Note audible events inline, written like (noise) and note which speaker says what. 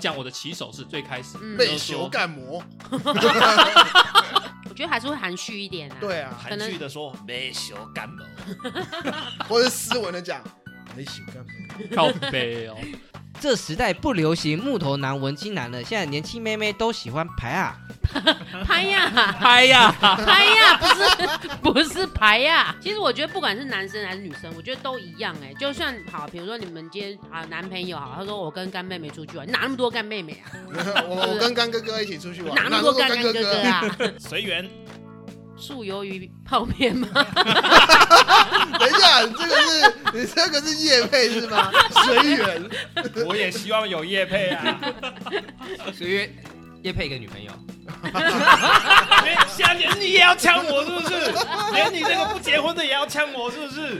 Speaker 1: 讲我的起手是最开始
Speaker 2: 嗯
Speaker 1: 都说
Speaker 2: 内
Speaker 3: 内修干魔，
Speaker 2: 我觉得还是会含蓄一点啊。，
Speaker 3: 对啊，
Speaker 2: 可
Speaker 4: 含
Speaker 2: 能
Speaker 4: 蓄的说没修干嘛，
Speaker 3: 或者斯文的讲内修干魔，
Speaker 1: 靠背哦。
Speaker 5: 这时代不流行木头男、文青男了，现在年轻妹妹都喜欢排啊。
Speaker 2: (laughs) 拍呀，
Speaker 1: 拍呀，
Speaker 2: 拍呀，不是不是排呀。其实我觉得不管是男生还是女生，我觉得都一样哎、就算好，比如说你们今天啊男朋友好，他说我跟干妹妹出去玩，哪那么多干妹妹啊，
Speaker 3: (laughs) 我我跟干哥哥一起出去玩，
Speaker 2: 哪那么多干干哥
Speaker 3: 哥
Speaker 2: 哥？啊？
Speaker 4: (laughs) 随缘。
Speaker 2: 素鱿鱼泡面吗？
Speaker 3: 啊 (laughs) 等一下，你这个是你这个是叶配是吗？ (laughs) 随缘，
Speaker 4: 我也希望有叶配啊，
Speaker 5: (laughs)
Speaker 4: (laughs)
Speaker 5: 所以叶配一个女朋友，
Speaker 4: 哎，现在连你也要呛我是不是？连你这个不结婚的也要呛我是不是？